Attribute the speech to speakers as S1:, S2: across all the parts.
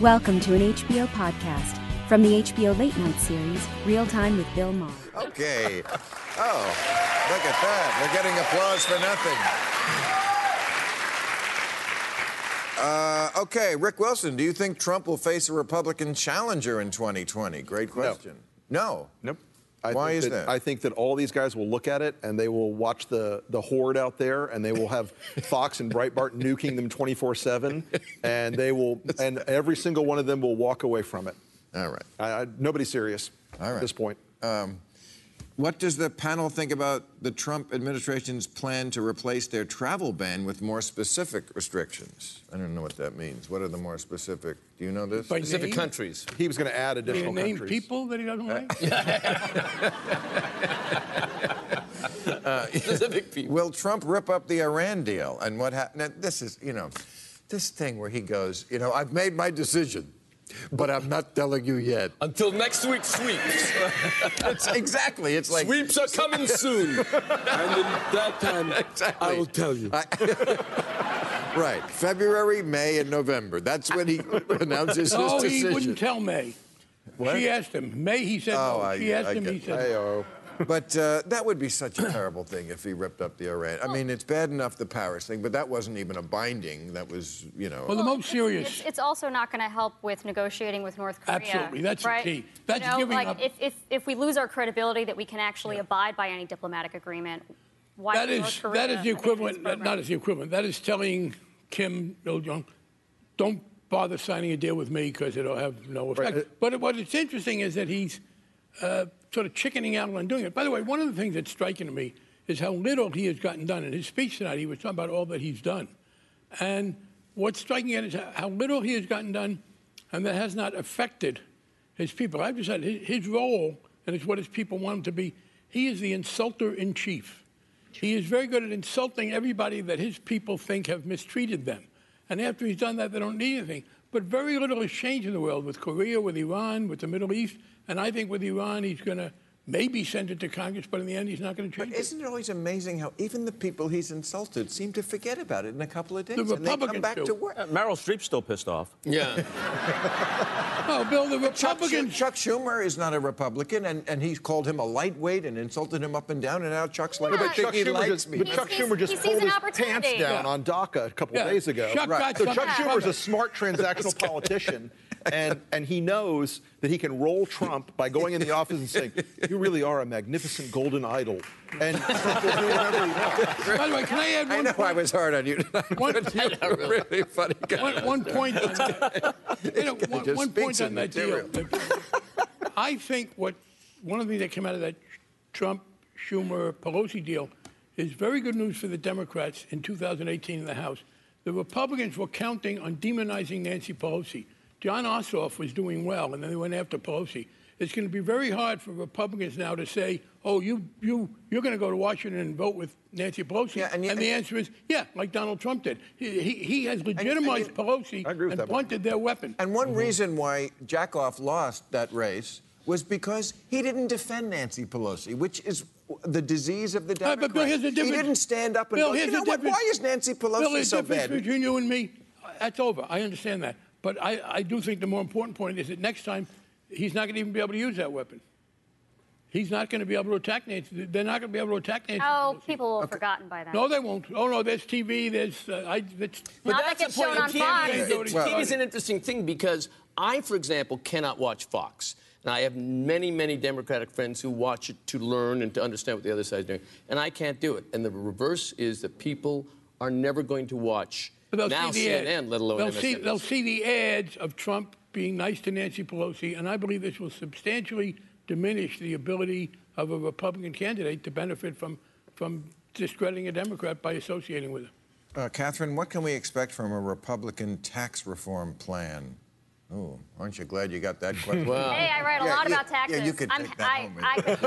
S1: Welcome to an HBO podcast from the HBO Late Night series, Real Time with Bill Maher.
S2: Okay. Oh, look at that. We're getting applause for nothing. Uh, okay, Rick Wilson, do you think Trump will face a Republican challenger in 2020? Great question. No.
S3: Nope.
S2: Why
S3: think
S2: is that?
S3: I think that all these guys will look at it and they will watch the the horde out there and they will have Fox and Breitbart nuking them 24/7 and they will and every single one of them will walk away from it.
S2: All right.
S3: I, I, nobody's serious
S2: All right. Uh,
S3: at this point.
S2: What does the panel think about the Trump administration's plan to replace their travel ban with more specific restrictions? I don't know what that means. What are the more specific? Do you know this?
S4: By
S2: Specific-
S4: name,
S5: Specific countries.
S3: He was going to add
S4: He
S3: additional
S4: named
S3: countries.
S4: people that he doesn't
S2: Uh,
S4: like.
S5: Specific people.
S2: Will Trump rip up the Iran deal? And what happened? This is, you know, this thing where he goes, you know, I've made my decision, but I'm not telling you yet.
S5: Until next week's sweeps.
S2: It's exactly. It's like
S5: sweeps are coming soon. and at that time, I will tell you.
S2: right, February, May, and November. That's when he announces
S4: no,
S2: his
S4: Oh, he
S2: decision.
S4: wouldn't tell May.
S2: What?
S4: She asked him. May, he said
S2: Oh,
S4: no.
S2: I-
S4: she asked
S2: I
S4: him,
S2: get
S4: he said no.
S3: Ayo.
S2: But uh, that would be such a terrible thing if he ripped up the Iran. I mean, it's bad enough the Paris thing, but that wasn't even a binding. That was, you know.
S4: Well, the most
S6: it's-
S4: serious.
S6: It's, it's also not going to help with negotiating with North Korea.
S4: Absolutely. That's the
S6: right?
S4: key. That's
S6: you know,
S4: giving
S6: like
S4: up-
S6: If, if, if we lose our credibility that we can actually abide by any diplomatic agreement, why
S4: That
S6: would
S4: is
S6: North Korea
S4: that is the
S6: abandon its
S4: equivalent. Not,
S6: program?
S4: not as the equivalent. That is telling Kim Il Jong, don't bother signing a deal with me because it'll have no effect.
S3: Right.
S4: But what it's interesting is that he's uh, sort of chickening out on doing it. By the way, one of the things that's striking to me is how little he has gotten done. In his speech tonight, he was talking about all that he's done, and what's striking is how- how little he has gotten done, and that has not affected his people. I've decided his, his role, and it's what his people want him to be. He is the insulter in chief. He is very good at insulting everybody that his people think have mistreated them. And after he's done that, they don't need anything. But very little has changed in the world with Korea, with Iran, with the Middle East. And I think with Iran, he's going to maybe send it to Congress, but in the end, he's not going to change it.
S2: Isn't it always amazing how even the people he's insulted seem to forget about it in a couple of days? and they come
S4: Republicans
S2: back
S4: do.
S2: to work.
S7: Meryl Streep's still pissed off.
S5: Yeah.
S4: No, Bill, the
S2: Chuck, Schu-
S4: Republicans.
S2: Chuck Schumer is not a Republican, and, and he's called him a lightweight and insulted him up and down, and now Chuck's like,
S6: No, but
S2: I think
S6: Chuck
S2: he
S3: Schumer
S2: likes
S3: just,
S2: me.
S3: but
S6: He's-
S3: Chuck
S6: he's-
S3: Schumer just
S6: he sees
S3: pulled
S6: an
S3: his pants
S6: opportunity.
S3: down
S4: Yeah.
S3: on DACA a couple
S4: Yeah.
S3: days ago.
S4: Chuck Right. got
S3: So
S4: something
S3: Chuck
S4: from
S3: Schumer's
S4: it.
S3: a smart transactional politician, and, and he knows that he can roll Trump by going in the office and saying, "You really are a magnificent golden idol," and Trump will do whatever he wants.
S4: By the way, can I add one
S2: I know
S4: point?
S2: I was hard on you tonight.
S4: One-
S2: but you were a really funny guy.
S4: one, one point on that. You know, one,
S2: just
S4: one
S2: speaks
S4: point
S2: in
S4: on that deal.
S2: material.
S4: I think what one of the things that came out of that Trump Schumer Pelosi deal is very good news for the Democrats in 2018 in the House. The Republicans were counting on demonizing Nancy Pelosi. John Ossoff was doing well, and then they went after Pelosi. It's going to be very hard for Republicans now to say, "Oh, you you you're going to go to Washington and vote with Nancy Pelosi,"
S2: Yeah, and
S4: and,
S2: yet-
S4: the answer is, "Yeah," like Donald Trump did. He he, he has legitimized Pelosi
S3: I agree with
S4: and
S3: that, Bob.
S4: blunted their weapon.
S2: And one reason why Jackoff lost that race was because he didn't defend Nancy Pelosi, which is the disease of the
S4: Uh,
S2: Democrats.
S4: but Bill, here's the difference.
S2: He didn't stand up and
S4: Bill,
S2: go,
S4: here's
S2: you
S4: the
S2: know what,
S4: difference.
S2: why is Nancy
S4: Bill,
S2: Pelosi
S4: the
S2: so
S4: difference
S2: bad?
S4: between you and me, that's over. I understand that. But I, I do think the more important point is that next time, he's not going to even be able to use that weapon. He's not going to be able to attack Nancy. They're not going to be able to attack Nancy.
S6: Oh,
S4: Pelosi.
S6: people will have forgotten by then.
S4: No, they won't. Oh, no, there's TV. There's. Uh, I, that's,
S6: Now that
S5: the
S6: gets shown
S5: point.
S6: on
S5: You can't-
S6: Fox.
S5: it- it- it is an interesting thing because I, for example, cannot watch Fox. And I have many, many Democratic friends who watch it to learn and to understand what the other side is doing. And I can't do it. And the reverse is that people are never going to watch
S4: They'll
S5: now
S4: see the
S5: CNN,
S4: ads.
S5: let alone
S4: they'll see,
S5: MSNBC.
S4: they'll see the ads of Trump being nice to Nancy Pelosi, and I believe this will substantially diminish the ability of a Republican candidate to benefit from from discrediting a Democrat by associating with him.
S2: Uh, Catherine, what can we expect from a Republican tax reform plan? Oh, aren't you glad you got that question?
S6: Hey, I write a
S2: Um, Yeah,
S6: lot
S2: yeah,
S6: about taxes.
S2: yeah, you could take that
S6: I,
S2: home with
S6: I
S2: you.
S6: could,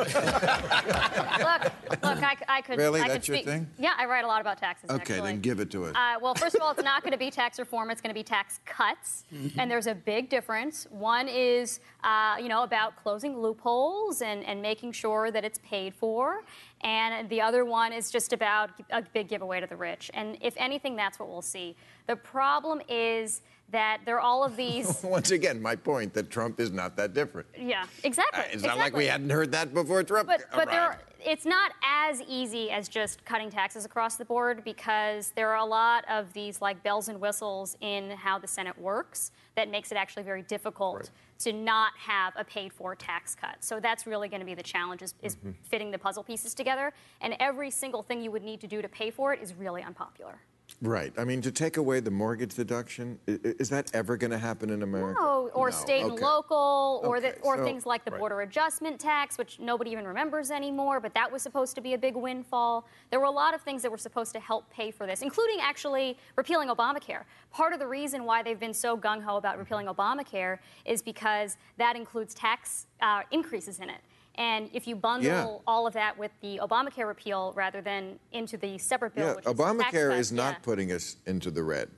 S6: look, look, I, I could.
S2: Really?
S6: I could
S2: That's your
S6: speak-
S2: thing?
S6: Yeah, I write a lot about taxes.
S2: Okay,
S6: actually.
S2: then give it to us.
S6: Uh, well, first of all, it's not going to be tax reform. It's going to be tax cuts,
S2: Mm-hmm.
S6: and there's a big difference. One is, uh, you know, about closing loopholes and, and making sure that it's paid for, and the other one is just about a big giveaway to the rich. And if anything, that's what we'll see. The problem is that there are all of these.
S2: Once again, my point that Trump is not that different.
S6: yeah, exactly.
S2: Uh, It's not like
S6: exactly.
S2: we hadn't heard that before Trump
S6: But, but there are,
S2: arrived.
S6: it's not as easy as just cutting taxes across the board because there are a lot of these like bells and whistles in how the Senate works that makes it actually very difficult to not have a paid for tax cut. So that's really going to be the challenge is, is fitting the puzzle pieces together. And every single thing you would need to do to pay for it is really unpopular.
S2: Right. I mean, to take away the mortgage deduction, i- i- is that ever going to happen in America?
S6: Oh, or
S2: No.
S6: state and
S2: Okay.
S6: local, or
S2: Okay,
S6: the, or
S2: so-
S6: things like the
S2: right.
S6: border adjustment tax, which nobody even remembers anymore. But that was supposed to be a big windfall. There were a lot of things that were supposed to help pay for this, including actually repealing Obamacare. Part of the reason why they've been so gung ho
S2: Mm-hmm.
S6: about repealing Obamacare is because that includes tax uh, increases in it. And if you bundle all of that with the Obamacare repeal rather than into the separate bill,
S2: Yeah,
S6: which is the tax
S2: Obamacare
S6: cut,
S2: is not
S6: yeah.
S2: putting us into the red.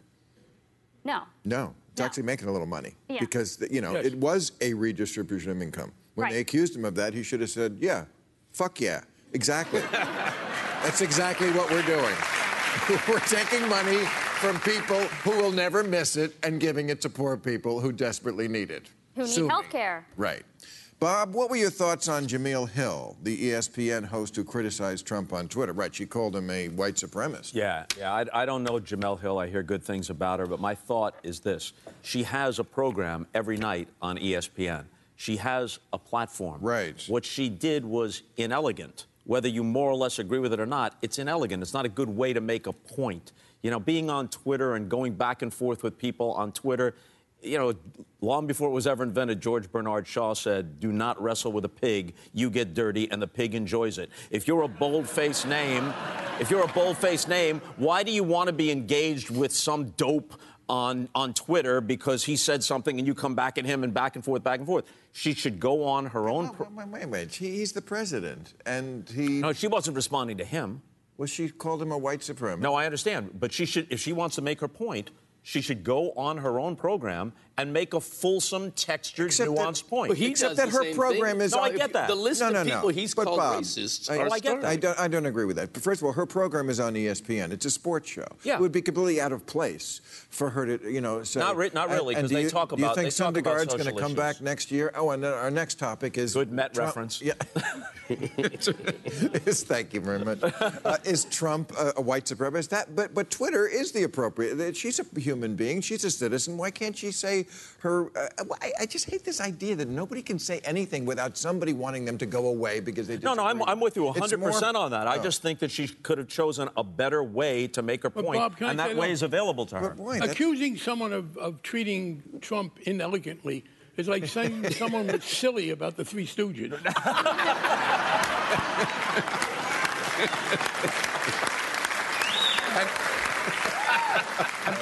S6: No.
S2: No, it's
S6: No.
S2: actually making a little money
S6: Yeah.
S2: because you know
S4: Yes.
S2: it was a redistribution of income. When they
S6: Right.
S2: accused him of that, he should have said, "Yeah, fuck yeah, exactly." That's exactly what we're doing. we're taking money from people who will never miss it and giving it to poor people who desperately need it.
S6: Who need
S2: Sue me.
S6: healthcare.
S2: Right. Bob, what were your thoughts on Jameel Hill, the E ESPN host who criticized Trump on Twitter? Right, she called him a white supremacist.
S7: Yeah, yeah. I, I don't know Jamel Hill. I hear good things about her, but my thought is this: she has a program every night on E ESPN. She has a platform.
S2: Right.
S7: What she did was inelegant. Whether you more or less agree with it or not, it's inelegant. It's not a good way to make a point. You know, being on Twitter and going back and forth with people on Twitter. You know, long before it was ever invented, George Bernard Shaw said, Do not wrestle with a pig. You get dirty, and the pig enjoys it. If you're a bold faced name, if you're a bold-faced name, why do you want to be engaged with some dope on on Twitter because he said something and you come back at him and back and forth, back and forth? She should go on her own.
S2: Oh,
S7: pro-
S2: wait, wait, wait. He, he's the president, and he.
S7: no, she wasn't responding to him.
S2: Well, she called him a white supremacist.
S7: No, I understand, but she should if she wants to make her point. She should go on her own program and make a fulsome, textured,
S2: Except that-
S7: nuanced point.
S5: But he
S2: Except
S5: does
S2: that
S5: the
S2: her
S5: same
S2: program
S5: thing.
S2: is-
S7: No, I
S5: If
S7: get
S5: you-
S7: that.
S5: The list
S2: no,
S5: of
S2: no, no.
S5: people he's
S2: but
S5: called
S2: Bob,
S5: racists.
S2: I,
S5: are
S7: Oh, I get
S5: startling.
S7: that.
S2: I don't, I don't agree with that. But first of all, her program is on E ESPN. It's a sports show.
S7: Yeah.
S2: It would be completely out of place for her to, you know, say.
S7: Not re- not really,
S2: and- and
S7: 'cause
S2: do
S7: they
S2: you-
S7: talk
S2: Do you
S7: about-
S2: think
S7: they talk about
S2: Sundergaard's going to
S7: social
S2: come back
S7: issues.
S2: next year? Oh, and then our next topic is.
S7: Good Met
S2: Trump-
S7: reference.
S2: Yeah. Yes, Thank you very much. Uh, is Trump a, a white supremacist? That, but but Twitter is the appropriate. She's a human being. She's a citizen. Why can't she say her? Uh, I, I just hate this idea that nobody can say anything without somebody wanting them to go away because they.
S7: No, no, I'm,
S2: disagree.
S7: I'm with you
S2: It's
S7: 100%
S2: more-
S7: on that. I
S2: Oh.
S7: just think that she could have chosen a better way to make her
S4: But
S7: point,
S4: Bob, can I
S7: and
S4: say
S7: that way
S4: that-
S7: is available to her.
S2: But boy, that's-
S4: Accusing someone of, of treating Trump inelegantly is like saying someone was silly about the Three Stooges.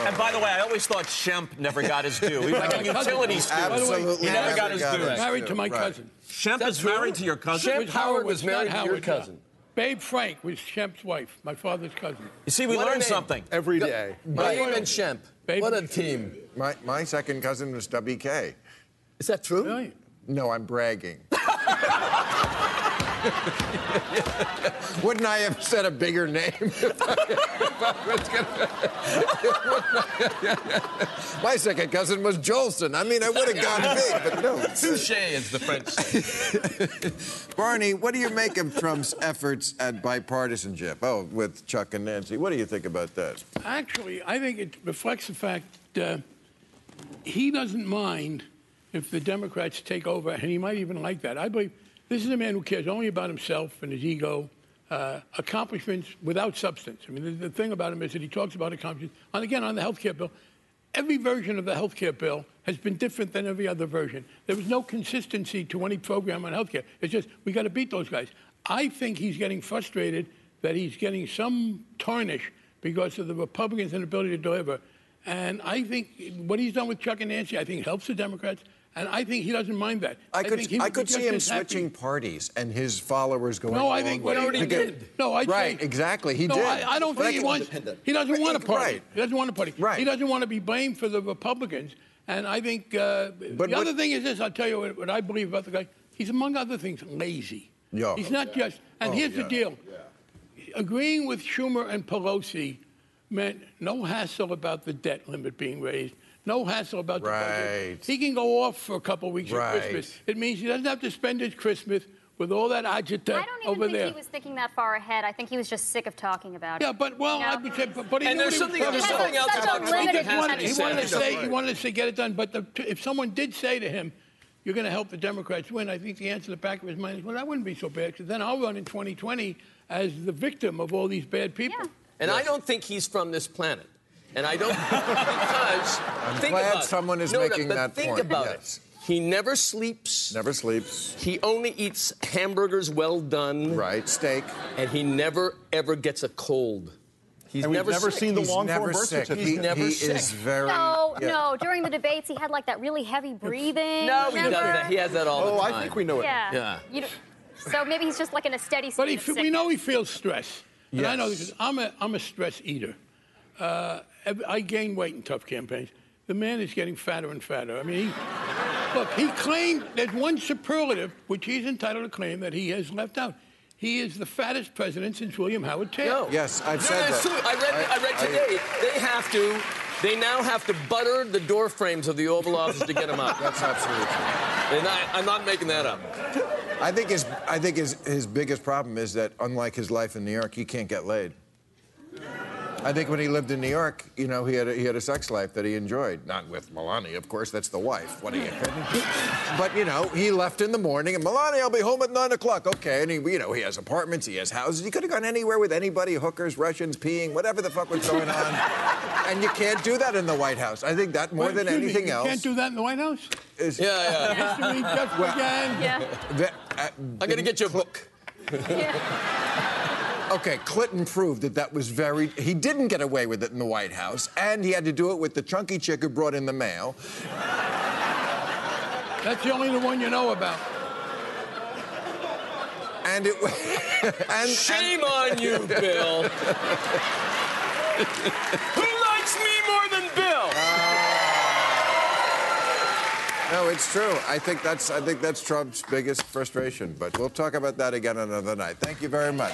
S7: And by the way, I always thought Shemp never got his due. He was like a utility
S4: By the
S7: student.
S4: way,
S2: Absolutely
S7: He never got
S2: never
S7: his
S2: got
S7: due.
S2: it.
S4: Married to my
S2: Right.
S4: cousin.
S7: Shemp is
S5: true?
S7: married to your cousin.
S5: Shemp
S4: It
S5: Howard was
S4: not
S5: married to your
S4: Howard, no.
S5: cousin.
S4: Babe Frank was Shemp's wife, my father's cousin.
S7: You see, we
S5: What a
S7: learned
S5: name.
S7: something.
S3: Every day.
S5: Babe and Shemp.
S4: Babe
S5: What a
S4: and Shemp.
S5: team.
S2: My my second cousin was WK.
S5: Is that true?
S4: Really?
S2: No, I'm bragging. Wouldn't I have said a bigger name? if I- if I was gonna- My second cousin was Jolson. I mean, I would have gone big, but no.
S5: Touche is the French say.
S2: Barney, what do you make of Trump's efforts at bipartisanship? Oh, with Chuck and Nancy. What do you think about that?
S4: Actually, I think it reflects the fact uh, he doesn't mind if the Democrats take over, and he might even like that. I believe this is a man who cares only about himself and his ego, uh, accomplishments without substance. I mean, the, the thing about him is that he talks about accomplishments. And again, on the health care bill, every version of the health care bill has been different than every other version. There was no consistency to any program on health care. It's just, we got to beat those guys. I think he's getting frustrated that he's getting some tarnish because of the Republicans' inability to deliver. And I think what he's done with Chuck and Nancy, I think helps the Democrats. And I think he doesn't mind that.
S2: I could,
S4: think he
S2: I
S4: would be
S2: could see
S4: just
S2: him
S4: as happy.
S2: switching parties and his followers going.
S4: No, I
S2: along
S4: think
S2: with
S4: what
S2: it.
S4: he
S2: Again-
S4: did. No, I
S2: right,
S4: think-
S2: exactly. He
S4: no,
S2: did.
S4: I, I don't
S2: Well,
S4: think he
S2: that's
S4: wants.
S2: independent.
S4: He doesn't
S2: Right,
S4: want a party.
S2: Right.
S4: He doesn't want a party.
S2: Right.
S4: He doesn't want to be blamed for the Republicans. And I think uh, the
S2: what-
S4: other thing is this. I'll tell you what, what I believe about the guy. He's among other things lazy.
S2: Yeah.
S4: He's not just. And
S2: Oh,
S4: here's
S2: yeah.
S4: the deal. Agreeing with Schumer and Pelosi meant no hassle about the debt limit being raised, No hassle about the
S2: Right.
S4: budget. He can go off for a couple weeks
S2: Right.
S4: at Christmas. It means he doesn't have to spend his Christmas with all that agita
S6: I don't even
S4: over
S6: think
S4: there.
S6: he was thinking that far ahead. I think he was just sick of talking about
S4: yeah,
S6: it.
S4: but well,
S6: you
S4: I
S6: know?
S4: would say, but, but he
S5: And
S4: knew
S5: there's
S4: what he
S5: something
S4: was
S5: else.
S6: He
S5: There's something
S6: has
S5: else
S6: such a
S5: about Trump
S6: limited
S5: that
S4: he
S5: has to
S4: wanted,
S5: be
S4: he wanted to
S5: said.
S4: say he wanted us to get it done, but the, if someone did say to him, "You're going to help the Democrats win," I think the answer in the back of his mind is, "Well, that wouldn't be so bad because then I'll run in 2020 as the victim of all these bad people."
S6: Yeah.
S5: And I don't think he's from this planet. And I don't because I'm think
S2: glad
S5: about it.
S2: someone is
S5: No, no,
S2: making
S5: but
S2: that
S5: think
S2: point,
S5: about
S2: yes.
S5: it. He never sleeps.
S2: Never sleeps.
S5: He only eats hamburgers well done.
S2: Right. Steak.
S5: And he never ever gets a cold. He's
S3: And we've
S5: never,
S3: never
S5: sick.
S3: seen the
S2: He's
S3: long form
S2: never
S3: birth
S2: sick.
S3: certificate.
S2: He,
S5: He's never
S2: he
S5: sick.
S2: is very.
S6: No,
S2: yeah.
S6: no. During the debates, he had like that really heavy breathing.
S5: No, he does
S6: remember?
S5: that. He has that all
S3: Oh,
S5: the time.
S3: I think we know it.
S6: Yeah.
S5: Yeah.
S6: You don't- so maybe he's just like in a steady state.
S4: But he,
S6: of
S4: fe- we
S6: sickness.
S4: know he feels stress. And I know
S2: Yes.
S4: because I'm a, I'm a stress eater. Uh, ev- I gain weight in tough campaigns. The man is getting fatter and fatter. I mean, he, look, he claimed there's one superlative which he's entitled to claim that he has left out. He is the fattest president since William Howard Taft.
S5: No.
S2: Yes, I've
S5: no,
S2: said
S5: no,
S2: that.
S5: so I read, I,
S2: I-
S5: read
S2: I-
S5: today. they have to. They now have to butter the door frames of the Oval Office to get him out.
S2: That's absolutely true.
S5: And I, I'm not making that up.
S2: I think his I think his his biggest problem is that unlike his life in New York, he can't get laid. I think when he lived in New York, you know, he had a, he had a sex life that he enjoyed. Not with Melania, of course. That's the wife. What are you kidding? but you know, he left in the morning, and Melania, I'll be home at nine o'clock. Okay, and he you know he has apartments, he has houses. He could have gone anywhere with anybody, hookers, Russians, peeing, whatever the fuck was going on. and you can't do that in the White House. I think that more
S4: Wait,
S2: than
S4: excuse me,
S2: anything
S4: you
S2: else
S4: can't do that in the White House.
S2: is.
S5: Yeah, yeah.
S4: History just began.
S6: Yeah.
S2: That, uh,
S5: I'm gonna get you a book.
S2: Okay, Clinton proved that that was very. He didn't get away with it in the White House, and he had to do it with the chunky chick who brought in the mail.
S4: That's the only one you know about.
S2: And it. wa- and,
S5: Shame on you, Bill. Who likes me more than Bill?
S2: and- no, it's true. I think that's. I think that's Trump's biggest frustration. But we'll talk about that again another night. Thank you very much.